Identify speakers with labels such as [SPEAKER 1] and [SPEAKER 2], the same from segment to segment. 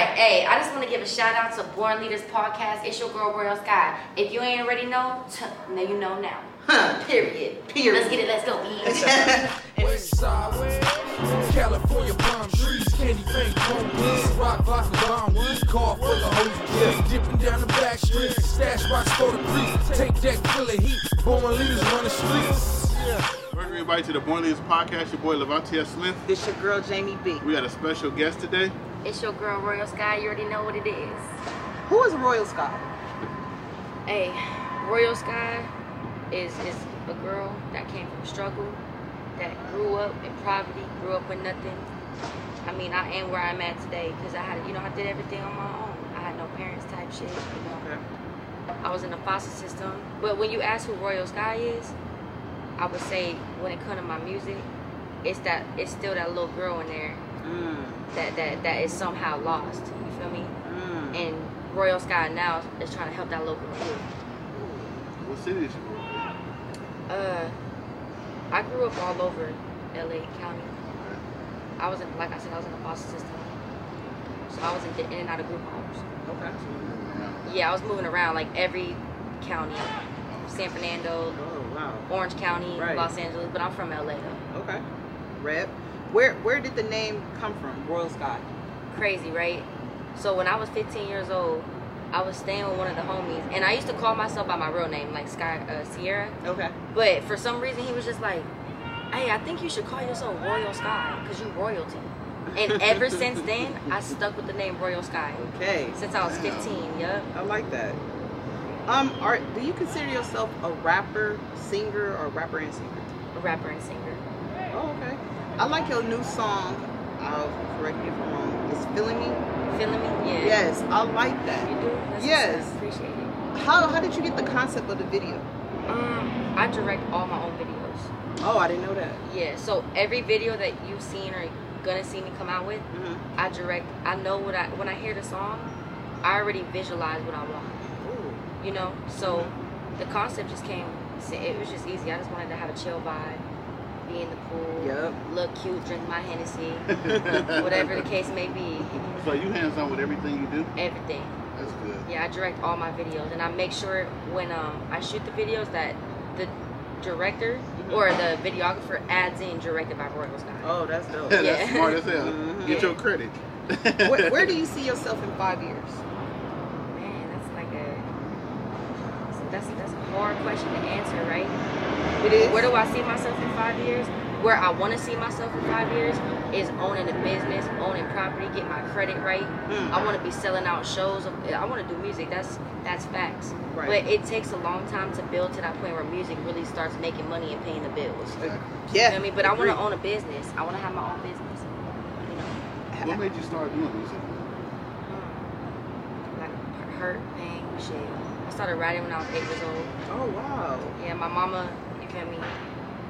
[SPEAKER 1] hey, I just want to give a shout out to Born Leaders Podcast. It's your girl, Royal Sky. If you ain't already know, t- now you know now.
[SPEAKER 2] Huh.
[SPEAKER 1] Period.
[SPEAKER 2] Period.
[SPEAKER 1] Let's get it. Let's go. B.
[SPEAKER 3] West side, California palm trees, candy paint homies, rock block of bomb weed, car full of hoes. Just dipping down the back streets, stash box for the priest, take that killer heat, born leaders run the streets.
[SPEAKER 4] Welcome everybody to the Born Leaders Podcast. Your boy Levante Smith.
[SPEAKER 2] this your girl Jamie B.
[SPEAKER 4] We got a special guest today.
[SPEAKER 1] It's your girl, Royal Sky. You already know what it is.
[SPEAKER 2] Who is Royal Scott?
[SPEAKER 1] Hey, Royal Sky is is a girl that came from struggle, that grew up in poverty, grew up with nothing. I mean, I am where I'm at today because I had, you know, I did everything on my own. I had no parents type shit, you know. I was in the foster system. But when you ask who Royal Sky is, I would say when it comes to my music, it's that it's still that little girl in there
[SPEAKER 2] Mm,
[SPEAKER 1] that that that is somehow lost. You feel me?
[SPEAKER 2] mm.
[SPEAKER 1] And Royal Sky now is trying to help that little girl. Too.
[SPEAKER 4] What city is you from?
[SPEAKER 1] Uh, I grew up all over LA County. I was in, like I said, I was in the foster system. So I was in, in and out of group homes.
[SPEAKER 2] Okay.
[SPEAKER 1] Yeah, I was moving around like every county San Fernando,
[SPEAKER 2] Oh wow.
[SPEAKER 1] Orange County,
[SPEAKER 2] Right.
[SPEAKER 1] Los Angeles, but I'm from LA though.
[SPEAKER 2] Okay. Rep. Where where did the name come from? Royal Scott.
[SPEAKER 1] Crazy, right? So when I was 15 years old, I was staying with one of the homies, and I used to call myself by my real name, like Sky uh, Sierra.
[SPEAKER 2] Okay.
[SPEAKER 1] But for some reason, he was just like, "Hey, I think you should call yourself Royal Sky because you royalty." And ever since then, I stuck with the name Royal Sky
[SPEAKER 2] Okay.
[SPEAKER 1] since I was 15. Yup.
[SPEAKER 2] I like that. Um, are do you consider yourself a rapper, singer, or rapper and singer?
[SPEAKER 1] a rapper and singer.
[SPEAKER 2] Oh, okay. I like your new song. Uh, correct me if I'm wrong. It's feeling me.
[SPEAKER 1] Feeling me? Yeah.
[SPEAKER 2] Yes, I like
[SPEAKER 1] You
[SPEAKER 2] that.
[SPEAKER 1] do? That's what's
[SPEAKER 2] Yes.
[SPEAKER 1] up. Appreciate it.
[SPEAKER 2] How how did you get the concept of the video?
[SPEAKER 1] Um, I direct all my own videos.
[SPEAKER 2] Oh, I didn't know that.
[SPEAKER 1] Yeah. So every video that you've seen or gonna see me come out with,
[SPEAKER 2] Mm-hmm.
[SPEAKER 1] I direct. I know what I when I hear the song, I already visualize what I want. you know so the concept just came it was just easy i just wanted to have a chill vibe be in the pool
[SPEAKER 2] Yup.
[SPEAKER 1] look cute drink my hennessy whatever the case may be
[SPEAKER 4] So you hands on with everything you do?
[SPEAKER 1] everything
[SPEAKER 4] That's good.
[SPEAKER 1] yeah i direct all my videos and i make sure when um, i shoot the videos that the director or the videographer adds in directed by royal sky
[SPEAKER 2] Mm-hmm. Oh, that's dope.
[SPEAKER 4] That's
[SPEAKER 1] Yeah. Mm-hmm.
[SPEAKER 4] smart as hell.
[SPEAKER 2] Mhm.
[SPEAKER 4] Get your credit.
[SPEAKER 2] where, where do you see yourself in five years?
[SPEAKER 1] man that's like a that's, that's a hard question to answer right Where do I see myself in five years? Where I want to see myself in five years is owning a business, owning property, get my credit right.
[SPEAKER 2] Mm.
[SPEAKER 1] I want to be selling out shows. I want to do music. That's that's facts.
[SPEAKER 2] Right.
[SPEAKER 1] But it takes a long time to build to that point where music really starts making money and paying the bills. You know
[SPEAKER 2] yeah.
[SPEAKER 1] what I mean, but I want to own a business. I want to have my own business. You know,
[SPEAKER 4] What made you start doing music?
[SPEAKER 1] Mm. like hurt, pain, shit. I started writing when I was eight years old.
[SPEAKER 2] Oh wow.
[SPEAKER 1] Yeah, my mama, you feel me?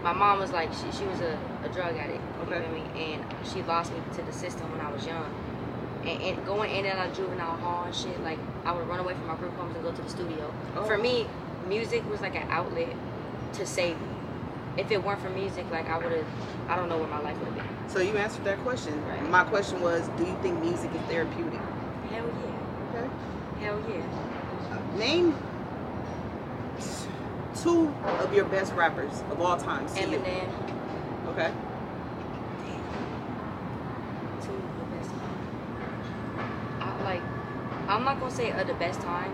[SPEAKER 1] My mom was like, she, she was a, a drug addict,
[SPEAKER 2] Okay.
[SPEAKER 1] you feel me? And she lost me to the system when I was young. And, and going in and out of juvenile hall and shit, like, I would run away from my group homes and go to the studio.
[SPEAKER 2] Oh.
[SPEAKER 1] For me, music was like an outlet to save me. If it weren't for music, like, I would have, I don't know what my life would have been.
[SPEAKER 2] So you answered that question.
[SPEAKER 1] Right.
[SPEAKER 2] My question was, do you think music is therapeutic?
[SPEAKER 1] Hell yeah.
[SPEAKER 2] Okay.
[SPEAKER 1] Hell yeah.
[SPEAKER 2] Name two of your best rappers of all time. See you.
[SPEAKER 1] Eminem,
[SPEAKER 2] Okay.
[SPEAKER 1] two of the best time. I like I'm not gonna say uh, the best time,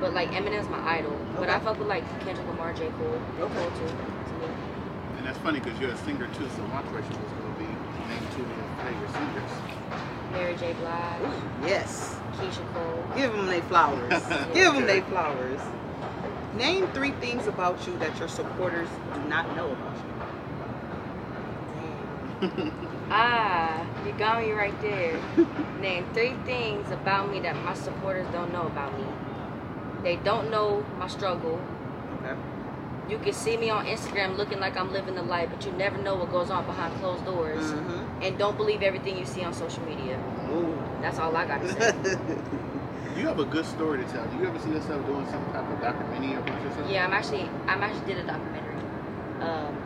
[SPEAKER 1] but like Eminem's my idol. But I
[SPEAKER 2] Okay.
[SPEAKER 1] fuck with like Kendrick Lamar, J. Cole, J.
[SPEAKER 2] Okay.
[SPEAKER 1] Cole too. To me.
[SPEAKER 4] And that's funny because you're a singer too, so my question was going to be name two of your favorite singers.
[SPEAKER 1] Mary J. Blige,
[SPEAKER 2] Ooh, yes.
[SPEAKER 1] Keisha Cole.
[SPEAKER 2] Give them they flowers. Give them they flowers. Name three things about you that your supporters do not know about you.
[SPEAKER 1] Ah, you got me right there. Name three things about me that my supporters don't know about me. They don't know my struggle.
[SPEAKER 2] Okay.
[SPEAKER 1] You can see me on Instagram looking like I'm living the life, but you never know what goes on behind closed doors.
[SPEAKER 2] Mm-hmm.
[SPEAKER 1] And don't believe everything you see on social media.
[SPEAKER 2] Ooh.
[SPEAKER 1] That's all I gotta say.
[SPEAKER 4] You have a good story to tell. Do you ever see yourself doing some type of documentary about yourself?
[SPEAKER 1] yeah, I'm actually I'm actually did a documentary, um,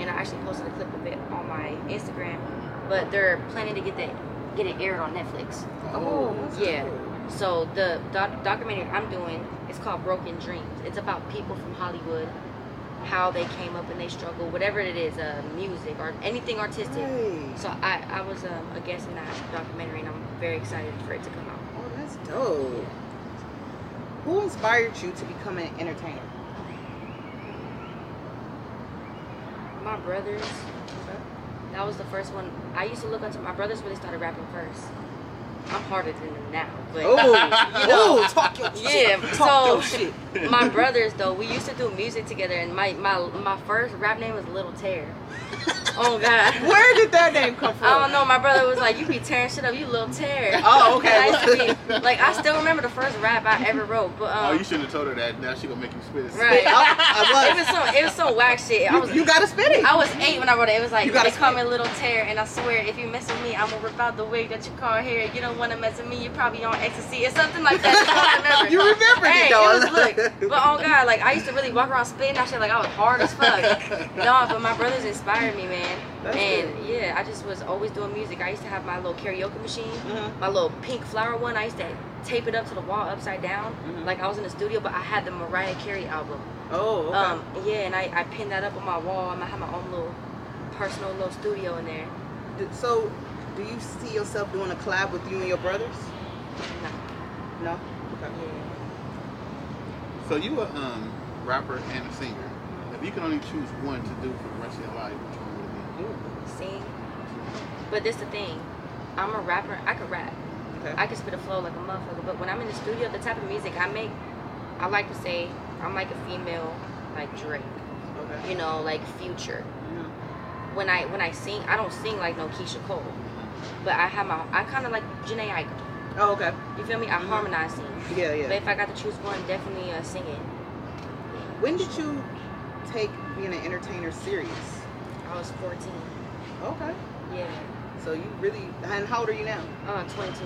[SPEAKER 1] and I actually posted a clip of it on my Instagram. But they're planning to get that getting aired on Netflix.
[SPEAKER 2] Oh, that's
[SPEAKER 1] yeah.
[SPEAKER 2] cool.
[SPEAKER 1] So the doc- documentary I'm doing is called Broken Dreams. It's about people from Hollywood, how they came up and they struggle, whatever it is, uh, music or anything artistic.
[SPEAKER 2] Right.
[SPEAKER 1] So I, I was um, a guest in that documentary, and I'm very excited for it to come out.
[SPEAKER 2] Oh, that's dope. Who inspired you to become an entertainer?
[SPEAKER 1] My brothers, that was the first one. I used to look up to my brothers when they started rapping first. I'm harder than them now, but
[SPEAKER 2] Oh, oh, talk your shit.
[SPEAKER 1] Yeah,
[SPEAKER 2] talk
[SPEAKER 1] so-
[SPEAKER 2] your shit.
[SPEAKER 1] my brothers though, we used to do music together, and my my my first rap name was Little Tear. oh God.
[SPEAKER 2] Where did that name come from?
[SPEAKER 1] I don't know. My brother was like, "You be tearing shit up, you little tear."
[SPEAKER 2] Oh, okay.
[SPEAKER 1] I used to be, like I still remember the first rap I ever wrote, but um,
[SPEAKER 4] Oh, you shouldn't have told her that. Now she gonna make you spit it.
[SPEAKER 1] Right. it
[SPEAKER 2] I,
[SPEAKER 1] was some it was some whack shit. I
[SPEAKER 2] I was.
[SPEAKER 1] was
[SPEAKER 2] You, you gotta spit it.
[SPEAKER 1] I was eight when I wrote it. It was like
[SPEAKER 2] You gotta
[SPEAKER 1] they call me Little Tear, and I swear if you mess with me, I'm gonna rip out the wig that you call hair. You don't wanna mess with me, you're probably on ecstasy. It's something like that. I don't remember.
[SPEAKER 2] you remembered
[SPEAKER 1] Hey,
[SPEAKER 2] it though.
[SPEAKER 1] was look, but oh god, like I used to really walk around spitting that shit like I was hard as fuck. no, but my brothers inspired me, man.
[SPEAKER 2] That's
[SPEAKER 1] and yeah, I just was always doing music. I used to have my little karaoke machine,
[SPEAKER 2] Mhm.
[SPEAKER 1] my little pink flower one. I used to tape it up to the wall upside down,
[SPEAKER 2] Mhm.
[SPEAKER 1] like I was in the studio. But I had the Mariah Carey album.
[SPEAKER 2] oh, okay.
[SPEAKER 1] Um, yeah, and I, I pinned that up on my wall. and I had my own little personal little studio in there.
[SPEAKER 2] D- so, do you see yourself doing a collab with you and your brothers? No. Okay.
[SPEAKER 4] So you a um, rapper and a singer. If you could only choose one to do for the rest of your life, which one would it
[SPEAKER 1] Sing. But this the thing. I'm a rapper. I could rap.
[SPEAKER 2] Okay.
[SPEAKER 1] I can spit a flow like a motherfucker, but when I'm in the studio, the type of music I make, I like to say I'm like a female, like Drake,
[SPEAKER 2] okay.
[SPEAKER 1] you know, like Future.
[SPEAKER 2] Mhm.
[SPEAKER 1] When I when I sing, I don't sing like no Keisha Cole, but I have my I kind of like Janae Eich.
[SPEAKER 2] Oh, okay.
[SPEAKER 1] You feel me? I harmonize sing.
[SPEAKER 2] Yeah,
[SPEAKER 1] But
[SPEAKER 2] yeah.
[SPEAKER 1] if I got to choose one, definitely uh, singing.
[SPEAKER 2] When did you take being an entertainer serious?
[SPEAKER 1] I was 14.
[SPEAKER 2] Okay.
[SPEAKER 1] Yeah.
[SPEAKER 2] So you really and how old are you now?
[SPEAKER 1] Uh, 22.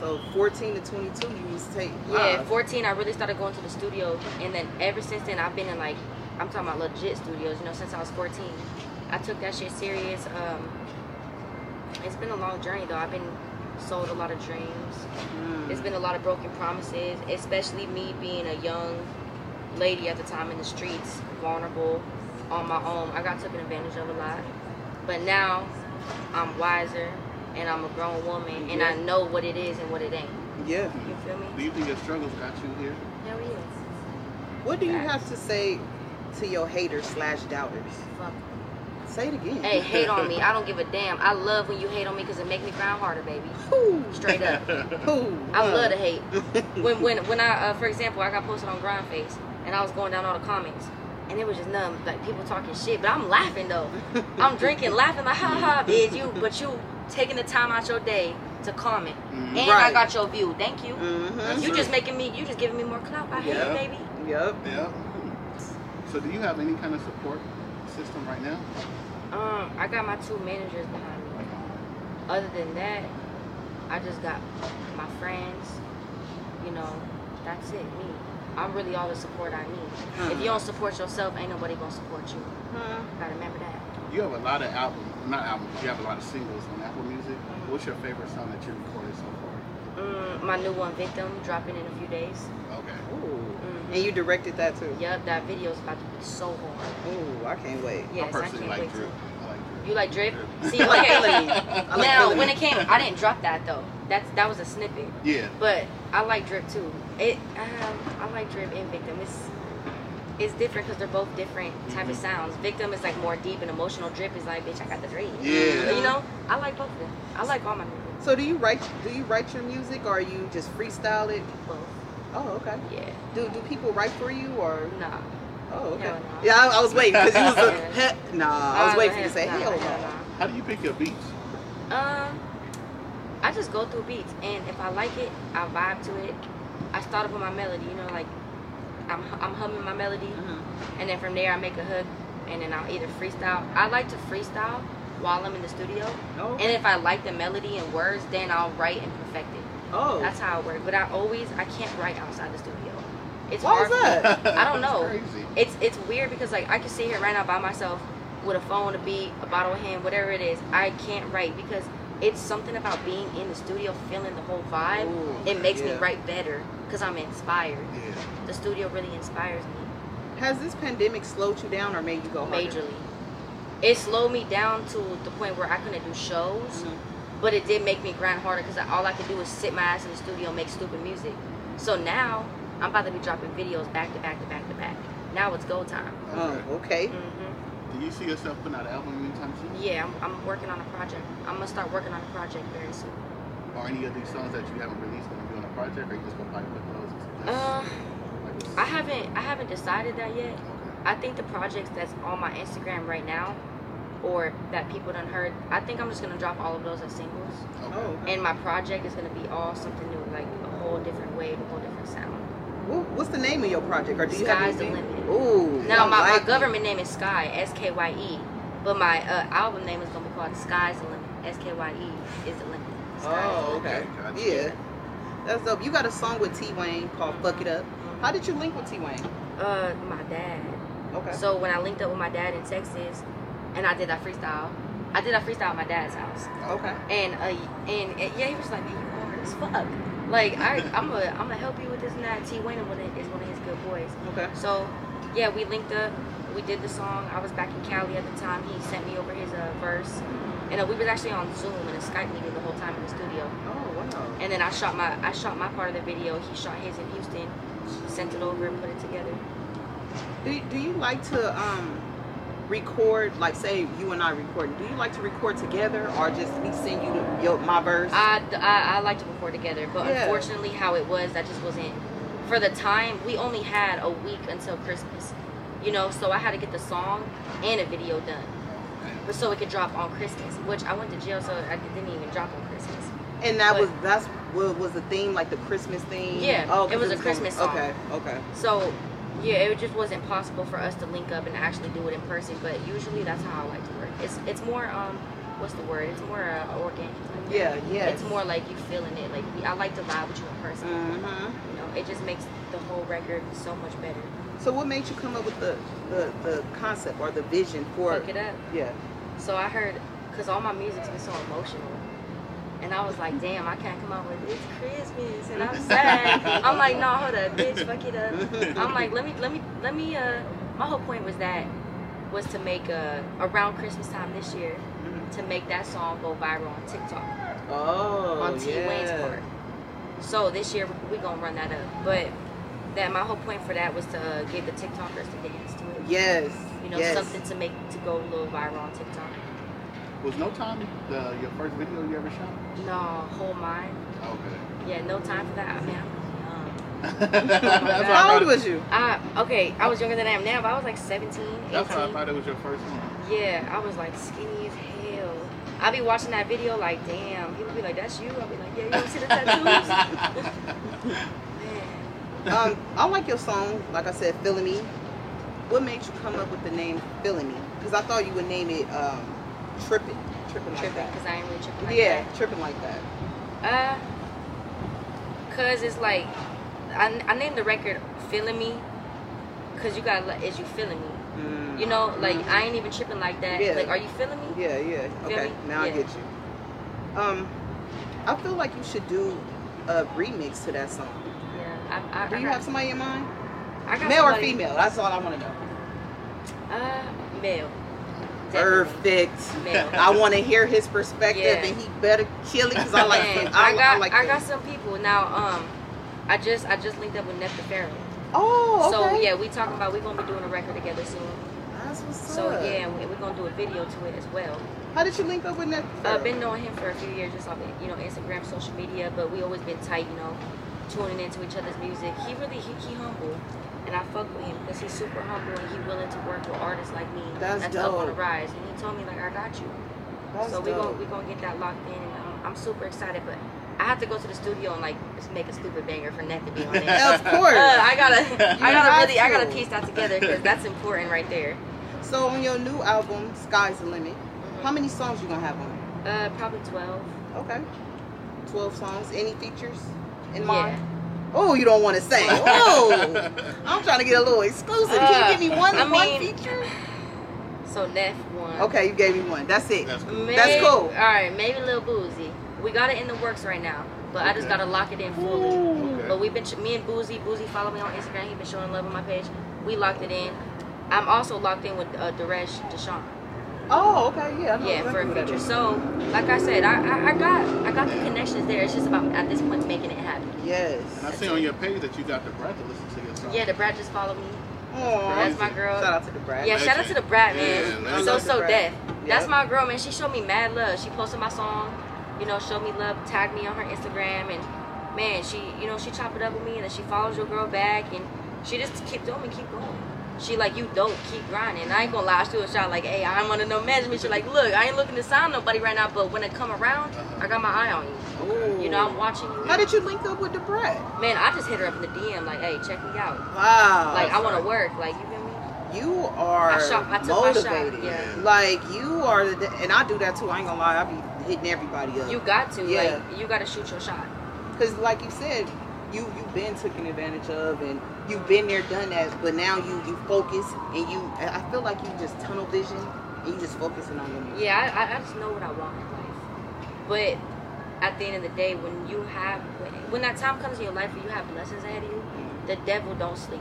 [SPEAKER 2] So 14 to 22, you was take.
[SPEAKER 1] Yeah,
[SPEAKER 2] wow.
[SPEAKER 1] 14, I really started going to the studio, and then ever since then, I've been in like, I'm talking about legit studios, you know, since I was 14. I took that shit serious. Um, it's been a long journey, though. I've been sold a lot of dreams.
[SPEAKER 2] Mm.
[SPEAKER 1] It's been a lot of broken promises, especially me being a young lady at the time in the streets, vulnerable, on my own. I got taken advantage of a lot. But now, I'm wiser, and I'm a grown woman, and I know what it is and what it ain't.
[SPEAKER 2] Yeah.
[SPEAKER 1] You feel me?
[SPEAKER 4] be? Do you think your struggles got you here?
[SPEAKER 1] Hell yeah.
[SPEAKER 2] What do you have to say to your haters slash doubters?
[SPEAKER 1] Fuck.
[SPEAKER 2] Say it again.
[SPEAKER 1] Hey, hate on me. I don't give a damn. I love when you hate on me because it make me grind harder, baby.
[SPEAKER 2] Who?
[SPEAKER 1] Straight up.
[SPEAKER 2] Who?
[SPEAKER 1] I love to hate.
[SPEAKER 2] it.
[SPEAKER 1] When when when I uh, for example, I got posted on Grindface and I was going down all the comments and it was just numb, like people talking shit. But I'm laughing though. I'm drinking, laughing like ha ha, bitch. You but you taking the time out your day to comment
[SPEAKER 4] Mm,
[SPEAKER 1] and I
[SPEAKER 2] right.
[SPEAKER 1] got your view. Thank you.
[SPEAKER 2] hmm
[SPEAKER 1] You just making me. You just giving me more clout. I hate
[SPEAKER 4] Yeah.
[SPEAKER 1] it, baby.
[SPEAKER 2] Yep.
[SPEAKER 4] Yeah. So do you have any kind of support system right now?
[SPEAKER 1] Um, I got my two managers behind me. Other than that, I just got my friends. You know, that's it. Me. I'm really all the support I need. If you don't support yourself, ain't nobody gonna support you.
[SPEAKER 2] Huh.
[SPEAKER 1] Gotta remember that.
[SPEAKER 4] You have a lot of albums, not albums. You have a lot of singles on Apple Music. What's your favorite song that you recorded so far?
[SPEAKER 1] Mm, my new one, Victim, dropping in a few days.
[SPEAKER 4] Okay.
[SPEAKER 2] Ooh.
[SPEAKER 1] Mhm.
[SPEAKER 2] And you directed that too.
[SPEAKER 1] Yup, that video's about to be so hard.
[SPEAKER 2] Ooh, I can't wait.
[SPEAKER 1] Yes,
[SPEAKER 4] I
[SPEAKER 1] I,
[SPEAKER 4] personally
[SPEAKER 1] can't
[SPEAKER 4] like
[SPEAKER 1] wait
[SPEAKER 4] Drip.
[SPEAKER 1] to.
[SPEAKER 4] I like Drip.
[SPEAKER 1] You like drip?
[SPEAKER 4] Drip.
[SPEAKER 1] See, okay.
[SPEAKER 2] Feeling. I like
[SPEAKER 1] now,
[SPEAKER 2] feeling.
[SPEAKER 1] when it came, I didn't drop that though. That's that was a snippet.
[SPEAKER 4] Yeah.
[SPEAKER 1] But I like drip too. It um, I like drip and victim. It's it's different because they're both different type
[SPEAKER 4] Mhm.
[SPEAKER 2] Mm-hmm.
[SPEAKER 1] of sounds. Victim is like more deep and emotional. Drip is like bitch, I got the drip.
[SPEAKER 4] Yeah.
[SPEAKER 1] You know, I like both of them. I like all my music.
[SPEAKER 2] So do you write? Do you write your music, or you just freestyle it?
[SPEAKER 1] Both.
[SPEAKER 2] Oh, okay.
[SPEAKER 1] Yeah.
[SPEAKER 2] Do do people write for you, or
[SPEAKER 1] Nah.
[SPEAKER 2] oh, okay?
[SPEAKER 1] Hell no.
[SPEAKER 2] Yeah, I, I was waiting because you was a
[SPEAKER 1] Yeah.
[SPEAKER 2] he- nah. I was
[SPEAKER 1] Uh,
[SPEAKER 2] waiting for you to say
[SPEAKER 1] nah,
[SPEAKER 2] hell
[SPEAKER 1] hell
[SPEAKER 2] no.
[SPEAKER 4] How do you pick your beats?
[SPEAKER 1] no. Um, I just go through beats and if I like it, I vibe to it. I start up with my melody. You know, like I'm I'm humming my melody.
[SPEAKER 2] Mm-hmm.
[SPEAKER 1] and then from there I make a hook, and then I'll either freestyle. I like to freestyle while I'm in the studio,
[SPEAKER 2] Oh,
[SPEAKER 1] and if I like the melody and words, then I'll write and perfect it.
[SPEAKER 2] oh,
[SPEAKER 1] That's how I work. But I always I can't write outside the studio. It's
[SPEAKER 2] why
[SPEAKER 1] hard
[SPEAKER 2] is
[SPEAKER 1] for me.
[SPEAKER 2] that?
[SPEAKER 1] I don't know.
[SPEAKER 4] Crazy.
[SPEAKER 1] It's it's weird because like I can sit here right now by myself with a phone, a beat, a bottle of hand, whatever it is. I can't write because it's something about being in the studio, feeling the whole vibe.
[SPEAKER 2] Ooh,
[SPEAKER 1] it makes me
[SPEAKER 2] Oh, yeah.
[SPEAKER 1] write better because I'm inspired.
[SPEAKER 4] Yeah.
[SPEAKER 1] The studio really inspires me
[SPEAKER 2] Has this pandemic slowed you down or made you go harder?
[SPEAKER 1] majorly. Oh, It slowed me down to the point where I couldn't do shows, but it did make me grind harder because all I could do was sit my ass in the studio and make stupid music. So now I'm about to be dropping videos back to back to back to back. Now it's go time.
[SPEAKER 2] Oh, okay.
[SPEAKER 1] hmm
[SPEAKER 4] Do you see yourself putting out an album anytime soon?
[SPEAKER 1] Yeah, I'm, I'm working on a project. I'm gonna start working on a project very soon.
[SPEAKER 4] Or any of these songs that you haven't released going to be on a project? Or you just going to probably put those?
[SPEAKER 1] Uh,
[SPEAKER 4] like this?
[SPEAKER 1] I haven't I haven't decided that yet.
[SPEAKER 4] Okay.
[SPEAKER 1] I think the projects that's on my Instagram right now, or that people done heard, I think I'm just gonna drop all of those as singles.
[SPEAKER 4] Okay.
[SPEAKER 2] Oh,
[SPEAKER 1] And my project is gonna be all something new, like a whole different wave, a whole different sound.
[SPEAKER 2] Wh- what's the name of your project? Or do you
[SPEAKER 1] Sky's
[SPEAKER 2] have
[SPEAKER 1] the
[SPEAKER 2] anything?
[SPEAKER 1] limit.
[SPEAKER 2] Ooh.
[SPEAKER 1] Now
[SPEAKER 2] I
[SPEAKER 1] my,
[SPEAKER 2] like
[SPEAKER 1] my
[SPEAKER 2] it.
[SPEAKER 1] government name is Sky, S K Y E, but my uh, album name is gonna be called Sky's the limit. S K Y E is the limit. Sky's the
[SPEAKER 2] Oh,
[SPEAKER 1] Limit.
[SPEAKER 2] okay.
[SPEAKER 4] Gotcha.
[SPEAKER 2] Yeah. That's dope. You got a song with T Wayne called Fuck It Up. How did you link with T Wayne?
[SPEAKER 1] Uh, my dad.
[SPEAKER 2] Oh. Okay.
[SPEAKER 1] So when I linked up with my dad in Texas, and I did that freestyle, I did that freestyle at my dad's house,
[SPEAKER 2] okay.
[SPEAKER 1] and uh, and, and yeah, he was like, "Man, you hard as fuck." Like I, I'm gonna, I'm gonna help you with this and that. T Wayne is one of- is one of his good boys.
[SPEAKER 2] Okay.
[SPEAKER 1] So yeah, we linked up. We did the song. I was back in Cali at the time. He sent me over his uh, verse, and uh, we was actually on Zoom and a Skype meeting the whole time in the studio.
[SPEAKER 2] Oh wow.
[SPEAKER 1] And then I shot my I shot my part of the video. He shot his in Houston, sent it over and put it together.
[SPEAKER 2] Do, do you like to um record like say you and I recording? Do you like to record together or just me send you the, your, my verse?
[SPEAKER 1] I, I, I liked it before together, but
[SPEAKER 2] Yeah.
[SPEAKER 1] unfortunately, how it was, that just wasn't. For the time, we only had a week until Christmas, you know, so I had to get the song and a video done, but so it could drop on Christmas, which I went to jail, so I didn't even drop on Christmas.
[SPEAKER 2] and that
[SPEAKER 1] but-
[SPEAKER 2] was that's what was the theme like the Christmas theme. Oh,
[SPEAKER 1] Yeah, it
[SPEAKER 2] 'cause
[SPEAKER 1] was a
[SPEAKER 2] gonna-
[SPEAKER 1] Christmas song.
[SPEAKER 2] Okay, okay.
[SPEAKER 1] So, yeah, it just wasn't possible for us to link up and actually do it in person. But usually, that's how I like to work. It's it's more um, what's the word? It's more uh, organic.
[SPEAKER 2] Yeah, yes.
[SPEAKER 1] It's more like you feeling it. Like I like to vibe with you in person.
[SPEAKER 2] Mhm.
[SPEAKER 1] You know, it just makes the whole record so much better.
[SPEAKER 2] So what made you come up with the the, the concept or the vision for
[SPEAKER 1] Fuck it up.
[SPEAKER 2] Yeah.
[SPEAKER 1] So I heard, cause all my music's been so emotional, and I was like, damn, I can't come out with it's Christmas, and I'm sad. I'm like, no, hold up, bitch, fuck it up. I'm like, let me, let me, let me. Uh, my whole point was that was to make uh around Christmas time this year to make that song go viral on TikTok
[SPEAKER 2] Oh.
[SPEAKER 1] on T Wayne's
[SPEAKER 2] yeah.
[SPEAKER 1] part. So this year we gonna run that up, but that my whole point for that was to uh, get the TikTokers to dance to it.
[SPEAKER 2] Yes.
[SPEAKER 1] You know,
[SPEAKER 2] yes.
[SPEAKER 1] something to make to go a little viral on TikTok.
[SPEAKER 4] Was No Time the, your first video you ever shot?
[SPEAKER 1] No, whole mind.
[SPEAKER 4] Okay.
[SPEAKER 1] Yeah, no time for that. I mean, I'm young.
[SPEAKER 4] That's why I
[SPEAKER 2] How old
[SPEAKER 4] thought-
[SPEAKER 2] was you?
[SPEAKER 1] I, okay, I was younger than I am now, but I was like 17, 18.
[SPEAKER 4] That's why I thought it was your first one.
[SPEAKER 1] Yeah, I was like skinny as hell. i be watching that video like, damn. People be like, that's you. I'll be like, yeah, you don't see the tattoos? Man.
[SPEAKER 2] um, I like your song, like I said, Feeling Me. What made you come up with the name Feeling Me? Because I thought you would name it um, Trippin'. Trippin' like
[SPEAKER 1] Tripping,
[SPEAKER 2] that.
[SPEAKER 1] because I ain't really tripping like
[SPEAKER 2] yeah, Trippin' like that.
[SPEAKER 1] that. Uh, Because it's like, I, I named the record Feeling Me. Because you got, like, is you feeling me?
[SPEAKER 2] Mm.
[SPEAKER 1] You know, like, I ain't even tripping like that.
[SPEAKER 2] Mm-hmm. Yeah.
[SPEAKER 1] Like, are you feeling me?
[SPEAKER 2] Yeah, yeah.
[SPEAKER 1] Feel
[SPEAKER 2] Okay,
[SPEAKER 1] me?
[SPEAKER 2] now I
[SPEAKER 1] Yeah.
[SPEAKER 2] get you. Um, I feel like you should do a remix to that song.
[SPEAKER 1] Yeah. I, I,
[SPEAKER 2] Do
[SPEAKER 1] I
[SPEAKER 2] you
[SPEAKER 1] got-
[SPEAKER 2] have somebody in mind?
[SPEAKER 1] I got
[SPEAKER 2] Male or
[SPEAKER 1] somebody-
[SPEAKER 2] female? That's all I want to know.
[SPEAKER 1] Uh, male. Definitely.
[SPEAKER 2] Perfect.
[SPEAKER 1] Male.
[SPEAKER 2] I want to hear his perspective,
[SPEAKER 1] Yeah.
[SPEAKER 2] and he better kill it because I like.
[SPEAKER 1] Man,
[SPEAKER 2] I,
[SPEAKER 1] I got I,
[SPEAKER 2] like
[SPEAKER 1] got
[SPEAKER 2] feeling.
[SPEAKER 1] some people now. Um, I just I just linked up with Nepta Pharaoh.
[SPEAKER 2] Oh, okay.
[SPEAKER 1] So yeah, we talking about we gonna be doing a record together soon.
[SPEAKER 2] That's what's
[SPEAKER 1] So
[SPEAKER 2] up.
[SPEAKER 1] yeah, we, we gonna do a video to it as well.
[SPEAKER 2] How did you link up with Netflix?
[SPEAKER 1] Uh, I've been knowing him for a few years, just off you know Instagram, social media, but we always been tight, you know, tuning into each other's music. He really he, he humble, and I fuck with him because he's super humble and he willing to work with artists like me
[SPEAKER 2] That's
[SPEAKER 1] up on the
[SPEAKER 2] dope.
[SPEAKER 1] rise. And he told me like I got you.
[SPEAKER 2] That's
[SPEAKER 1] so we
[SPEAKER 2] dope.
[SPEAKER 1] gonna we gonna get that locked in. And I'm, I'm super excited, but I have to go to the studio and like just make a stupid banger for Net to be on it. uh,
[SPEAKER 2] of course.
[SPEAKER 1] I gotta I
[SPEAKER 2] got
[SPEAKER 1] gotta really I gotta
[SPEAKER 2] to.
[SPEAKER 1] piece that together because that's important right there.
[SPEAKER 2] so on your new album, Sky's the Limit, how many songs you gonna have on it?
[SPEAKER 1] Uh, probably twelve.
[SPEAKER 2] Okay, twelve songs. Any features in
[SPEAKER 1] Yeah.
[SPEAKER 2] mind? Oh, you don't want to say. Oh, I'm trying to get a little exclusive. Can
[SPEAKER 1] Uh,
[SPEAKER 2] you give me one
[SPEAKER 1] I
[SPEAKER 2] one
[SPEAKER 1] mean-
[SPEAKER 2] feature?
[SPEAKER 1] So Neff won.
[SPEAKER 2] Okay, you gave me one. That's it.
[SPEAKER 4] That's cool.
[SPEAKER 1] Maybe,
[SPEAKER 2] That's
[SPEAKER 1] All
[SPEAKER 2] cool.
[SPEAKER 1] right, maybe Lil Boozy. We got it in the works right now, but I just
[SPEAKER 4] Okay.
[SPEAKER 1] gotta lock it in fully.
[SPEAKER 4] Okay.
[SPEAKER 1] But we've been me and Boozy. Boozy follow me on Instagram. He been showing love on my page. We locked it in. I'm also locked in with uh, Deresh Deshawn.
[SPEAKER 2] Oh, okay, yeah. I know
[SPEAKER 1] Yeah,
[SPEAKER 2] exactly
[SPEAKER 1] for a
[SPEAKER 2] who that
[SPEAKER 1] future.
[SPEAKER 2] is.
[SPEAKER 1] So, like I said, I, I, I got I got the connections there. It's just about at this point making it happen.
[SPEAKER 4] And I
[SPEAKER 2] Yes.
[SPEAKER 4] see on your page that you got the brat to listen to your song.
[SPEAKER 1] Yeah, the Brad just followed me.
[SPEAKER 2] Aw.
[SPEAKER 1] That's my girl.
[SPEAKER 2] Shout out to the Brad.
[SPEAKER 1] Yeah, shout out to the Brat
[SPEAKER 4] Yeah,
[SPEAKER 1] man.
[SPEAKER 4] man.
[SPEAKER 1] so
[SPEAKER 2] Love the
[SPEAKER 1] so
[SPEAKER 2] Brat.
[SPEAKER 1] deaf. That's
[SPEAKER 2] Yep.
[SPEAKER 1] my girl, man. She showed me mad love. She posted my song, you know, showed me love, tagged me on her Instagram, and man, she you know she chop it up with me, and then she follows your girl back, and she just keep doing me, keep going. She like you dope, keep grinding. And I ain't gonna lie, she was shot like, hey, I ain't under no management. She like, look, I ain't looking to sign nobody right now, but when it come around, I got my eye on you.
[SPEAKER 2] Ooh.
[SPEAKER 1] You know, I'm watching you.
[SPEAKER 2] How did you link up with the Brad?
[SPEAKER 1] Man, I just hit her up in the DM like, hey, check me out.
[SPEAKER 2] Wow.
[SPEAKER 1] Like I want to work. Like you feel me?
[SPEAKER 2] You are
[SPEAKER 1] I shot. I took my
[SPEAKER 2] motivated.
[SPEAKER 1] shot. Yeah.
[SPEAKER 2] Like you are, the, and I do that too. I ain't gonna lie, I be hitting everybody up.
[SPEAKER 1] You got to,
[SPEAKER 2] Yeah.
[SPEAKER 1] like, you got to shoot your shot.
[SPEAKER 2] Because, like you said, you you've been taken advantage of, and you've been there, done that. But now you you focus, and you and I feel like you just tunnel vision, and you just focusing on them.
[SPEAKER 1] Yeah, I, I- I just know what I want in life. But at the end of the day, when you have, when that time comes in your life where you have blessings ahead of you, the devil don't sleep,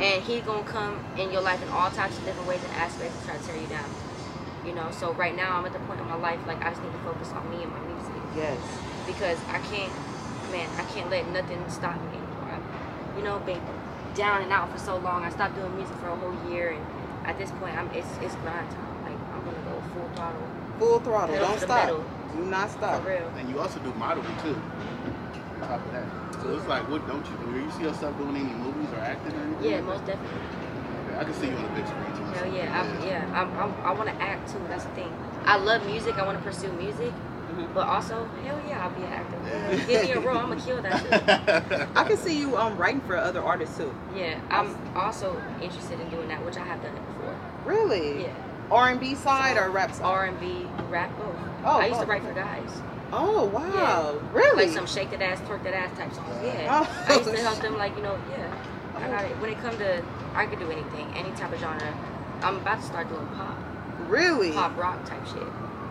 [SPEAKER 1] and he gonna come in your life in all types of different ways and aspects and try to tear you down. You know, so right now I'm at the point in my life like I just need to focus on me and my music
[SPEAKER 2] Yes.
[SPEAKER 1] because I can't, man, I can't let nothing stop me anymore. I've, you know, been down and out for so long. I stopped doing music for a whole year, and at this point, I'm it's it's grind time. Like I'm gonna go full throttle
[SPEAKER 2] Full throttle.
[SPEAKER 1] Pedal
[SPEAKER 2] Don't
[SPEAKER 1] to the
[SPEAKER 2] stop.
[SPEAKER 1] metal.
[SPEAKER 2] Do not
[SPEAKER 1] for
[SPEAKER 2] stop.
[SPEAKER 1] real.
[SPEAKER 4] And you also do modeling too. On top of that. So it's like, what don't you do? Do you see yourself doing any movies or acting or anything?
[SPEAKER 1] Yeah, most definitely.
[SPEAKER 4] I can see you on the big screen too.
[SPEAKER 1] Hell yeah, I'm, yeah. I'm, I'm, I want to act too. That's the thing. I love music. I want to pursue music, but also hell yeah, I'll be an actor. Give me a role, I'ma kill that shit.
[SPEAKER 2] I can see you um writing for other artists too.
[SPEAKER 1] Yeah, I'm also interested in doing that, which I have done it before.
[SPEAKER 2] Really?
[SPEAKER 1] Yeah.
[SPEAKER 2] R and B side or rap side?
[SPEAKER 1] R and B, rap both.
[SPEAKER 2] Oh,
[SPEAKER 1] I used to
[SPEAKER 2] both,
[SPEAKER 1] write for
[SPEAKER 2] okay.
[SPEAKER 1] guys.
[SPEAKER 2] oh wow! Really?
[SPEAKER 1] Like some shake that ass, twerk that ass type songs. Yeah.
[SPEAKER 2] Oh.
[SPEAKER 1] I used to help them, like, you know, yeah. I got it. When it comes to, I could do anything, any type of genre. I'm about to start doing pop,
[SPEAKER 2] really?
[SPEAKER 1] pop rock type shit.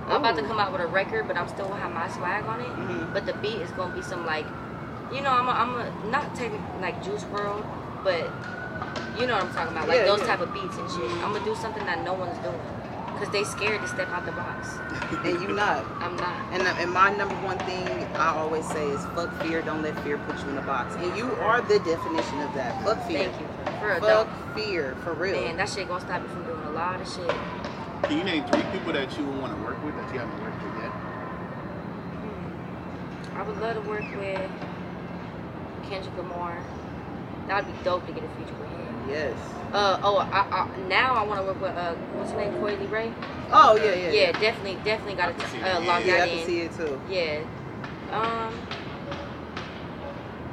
[SPEAKER 1] I'm about to
[SPEAKER 2] Ooh.
[SPEAKER 1] come out with a record, but I'm still gonna have my swag on it.
[SPEAKER 2] Mhm.
[SPEAKER 1] But the beat is gonna be some, like, you know, I'm a, I'm a not technically like Juice World, but you know what I'm talking about. Like
[SPEAKER 2] Yeah,
[SPEAKER 1] those
[SPEAKER 2] yeah.
[SPEAKER 1] type of beats and shit. I'm gonna do something that no one's doing. Cause they scared to step out the box.
[SPEAKER 2] And you not.
[SPEAKER 1] I'm not.
[SPEAKER 2] And, uh, and my number one thing I always say is fuck fear. Don't let fear put you in a box. And you are the definition of that. Fuck fear.
[SPEAKER 1] Thank you. For real,
[SPEAKER 2] Fuck
[SPEAKER 1] though.
[SPEAKER 2] fear for real.
[SPEAKER 1] Man, that shit gonna stop me from doing a lot of shit.
[SPEAKER 4] Can you name three people that you want to work with that you haven't worked with yet?
[SPEAKER 1] I would love to work with Kendrick Lamar. That'd be dope to get a feature with him.
[SPEAKER 2] yes.
[SPEAKER 1] Uh oh, I, I, now I want to work with uh what's her name, Koi Lee Ray.
[SPEAKER 2] Oh yeah yeah.
[SPEAKER 1] Yeah, definitely, definitely got
[SPEAKER 4] I can see
[SPEAKER 1] to uh,
[SPEAKER 4] that.
[SPEAKER 1] log
[SPEAKER 2] Yeah,
[SPEAKER 1] that
[SPEAKER 2] I can
[SPEAKER 1] in.
[SPEAKER 2] see it too.
[SPEAKER 1] Yeah. Um.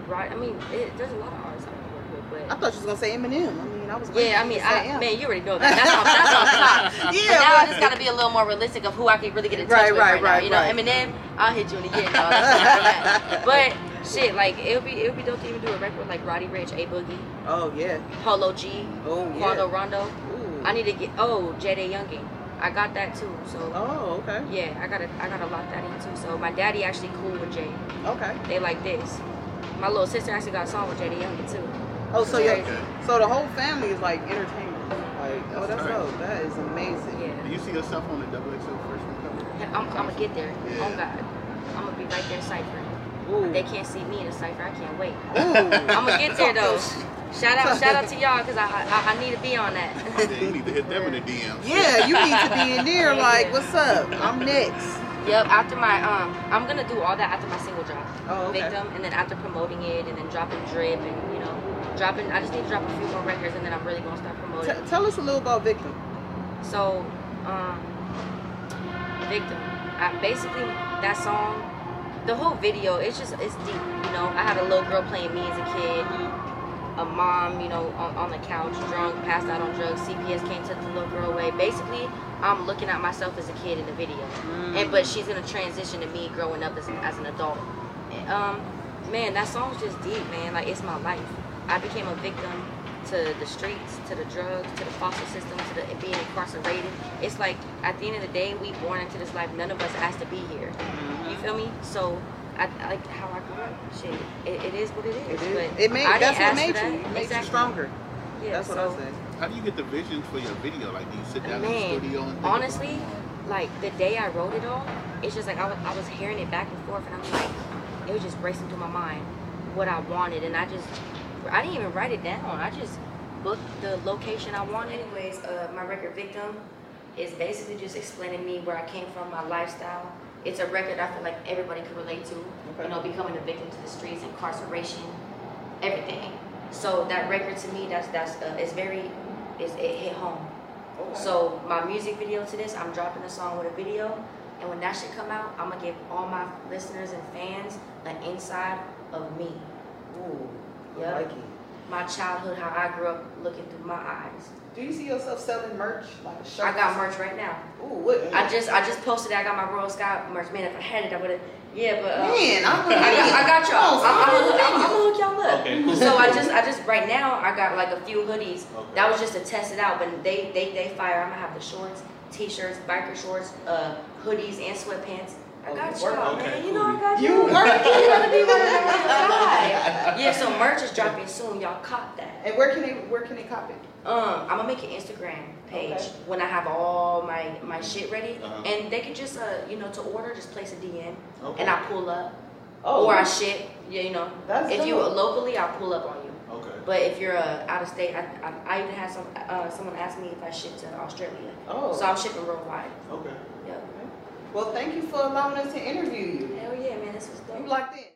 [SPEAKER 1] Right. I mean, it, there's a lot of artists I want to work with,
[SPEAKER 2] I
[SPEAKER 1] but.
[SPEAKER 2] thought you was gonna say Eminem. I mean, I was. waiting
[SPEAKER 1] Yeah, I
[SPEAKER 2] for you
[SPEAKER 1] mean,
[SPEAKER 2] to say
[SPEAKER 1] I,
[SPEAKER 2] M.
[SPEAKER 1] man, you already know that. That's on, that's on top.
[SPEAKER 2] Yeah,
[SPEAKER 1] But now I
[SPEAKER 2] but-
[SPEAKER 1] just gotta be a little more realistic of who I can really get in touch
[SPEAKER 2] Right,
[SPEAKER 1] with
[SPEAKER 2] right,
[SPEAKER 1] right,
[SPEAKER 2] right,
[SPEAKER 1] now.
[SPEAKER 2] right.
[SPEAKER 1] You know, Eminem, I'll hit you in the year. No, that's not right. But shit, like it'll be it'll be dope to even do a record with like Roddy Rich, A Boogie,
[SPEAKER 2] Oh yeah.
[SPEAKER 1] Polo G,
[SPEAKER 2] Oh yeah.
[SPEAKER 1] Quando Rondo.
[SPEAKER 2] Ooh.
[SPEAKER 1] I need to get oh J.D. Youngin. I got that too. So
[SPEAKER 2] Oh okay.
[SPEAKER 1] yeah, I gotta I gotta lock that in too. So my daddy actually cool with Jay.
[SPEAKER 2] Okay.
[SPEAKER 1] They like this. My little sister actually got a song with J.D. Youngin too.
[SPEAKER 2] Oh, so
[SPEAKER 1] Yeah.
[SPEAKER 2] your, so the whole family is like entertainment. Like, oh,
[SPEAKER 4] That's
[SPEAKER 2] that's
[SPEAKER 4] right.
[SPEAKER 2] dope. That is amazing.
[SPEAKER 1] Yeah.
[SPEAKER 4] Do you see yourself on the double XL freshman cover?
[SPEAKER 1] I'm, I'm gonna get there.
[SPEAKER 4] Yeah.
[SPEAKER 1] Oh God, I'm gonna be right there ciphering.
[SPEAKER 2] Ooh.
[SPEAKER 1] They can't see me in a cipher. I can't wait.
[SPEAKER 2] Ooh.
[SPEAKER 1] I'm gonna get there though. Shout out, shout out to y'all because I, I I need to be on that.
[SPEAKER 4] Yeah, you need to hit them in the DMs.
[SPEAKER 2] yeah, you need to be in there.
[SPEAKER 1] Yeah.
[SPEAKER 2] Like, what's up? I'm next.
[SPEAKER 1] yep. After my um, I'm gonna do all that after my single drop,
[SPEAKER 2] Oh, okay.
[SPEAKER 1] victim, and then after promoting it, and then dropping drip, and you know, dropping. I just need to drop a few more records, and then I'm really gonna start promoting.
[SPEAKER 2] T- tell us a little about Victim.
[SPEAKER 1] So, um, victim. I basically that song, the whole video. It's just it's deep. You know, I had a little girl playing me as a kid. A mom, you know, on, on the couch, drunk, passed out on drugs. CPS can't take the little girl away. Basically, I'm looking at myself as a kid in the video, and but she's gonna transition to me growing up as, as an adult. And, um, man, that song's just deep, man. Like it's my life. I became a victim to the streets, to the drugs, to the foster system, to the being incarcerated. It's like at the end of the day, we born into this life. None of us has to be here. You feel me? So I I like how I grew up. Shit, it, it is what it
[SPEAKER 2] It
[SPEAKER 1] is.
[SPEAKER 2] is.
[SPEAKER 1] But
[SPEAKER 2] It made.
[SPEAKER 1] I
[SPEAKER 2] That's what
[SPEAKER 1] didn't
[SPEAKER 2] made
[SPEAKER 1] ask for that.
[SPEAKER 2] you. It made you
[SPEAKER 1] Exactly.
[SPEAKER 2] stronger.
[SPEAKER 1] Yeah,
[SPEAKER 2] That's what
[SPEAKER 1] so-
[SPEAKER 2] I said.
[SPEAKER 4] How do you get the vision for your video? Like, do you sit down in the
[SPEAKER 1] Man,
[SPEAKER 4] studio and think about
[SPEAKER 1] honestly, like the day I wrote it all, it's just like I was, I was hearing it back and forth, and I'm like, it was just racing through my mind what I wanted, and I just, I didn't even write it down. I just booked the location I wanted. Anyways, uh, my record victim is basically just explaining me where I came from, my lifestyle. It's a record I feel like everybody could relate to.
[SPEAKER 2] Okay.
[SPEAKER 1] You know, becoming a victim to the streets, incarceration, everything. So that record to me, that's that's uh, it's very, it's, it hit home.
[SPEAKER 2] Oh,
[SPEAKER 1] So my music video to this, I'm dropping a song with a video, and when that shit come out, I'm gonna give all my listeners and fans an inside of me,
[SPEAKER 2] Ooh,
[SPEAKER 1] Yeah.
[SPEAKER 2] I like it.
[SPEAKER 1] my childhood, how I grew up, looking through my eyes.
[SPEAKER 2] Do you see yourself selling merch like a shirt?
[SPEAKER 1] I got merch right now.
[SPEAKER 2] Ooh, what?
[SPEAKER 1] I just I just posted. it. I got my Royal Scott merch. Man, if I had it, I would've. Yeah, but uh,
[SPEAKER 2] Man, I'm gonna-
[SPEAKER 1] I got, I got y'all.
[SPEAKER 2] Come on,
[SPEAKER 1] I'm, I'm,
[SPEAKER 2] son.
[SPEAKER 1] gonna, I'm, I'm gonna hook y'all up.
[SPEAKER 5] Okay, cool.
[SPEAKER 1] So I just, I just right now, I got like a few hoodies.
[SPEAKER 5] Okay.
[SPEAKER 1] That was just to test it out, but they, they, they fire. I'm gonna have the shorts, t-shirts, biker shorts, uh, hoodies, and sweatpants. I
[SPEAKER 2] Oh,
[SPEAKER 1] got
[SPEAKER 2] you work-
[SPEAKER 1] y'all,
[SPEAKER 5] okay,
[SPEAKER 1] man. You
[SPEAKER 5] cool.
[SPEAKER 1] know I got
[SPEAKER 2] You
[SPEAKER 1] you.
[SPEAKER 2] work-
[SPEAKER 1] You gotta be my number one guy. Yeah, so merch is dropping soon. Y'all cop that.
[SPEAKER 2] And where can they where can they cop it?
[SPEAKER 1] Um, I'm gonna make an Instagram page
[SPEAKER 2] Okay.
[SPEAKER 1] when I have all my my shit ready,
[SPEAKER 5] Uh-huh.
[SPEAKER 1] and they can just uh you know to order just place a DM,
[SPEAKER 5] Okay.
[SPEAKER 1] and I pull up or I ship. Yeah, you know,
[SPEAKER 2] Oh, That's
[SPEAKER 1] if you
[SPEAKER 2] dope.
[SPEAKER 1] locally, I pull up on you.
[SPEAKER 5] Okay.
[SPEAKER 1] But if you're uh, out of state, I, I, I even had some uh, someone ask me if I ship to Australia,
[SPEAKER 2] oh.
[SPEAKER 1] so I'm shipping worldwide.
[SPEAKER 5] Okay.
[SPEAKER 1] Yep.
[SPEAKER 2] well, thank you for allowing us to interview you.
[SPEAKER 1] Hell yeah, man, this was dope.
[SPEAKER 2] You locked in.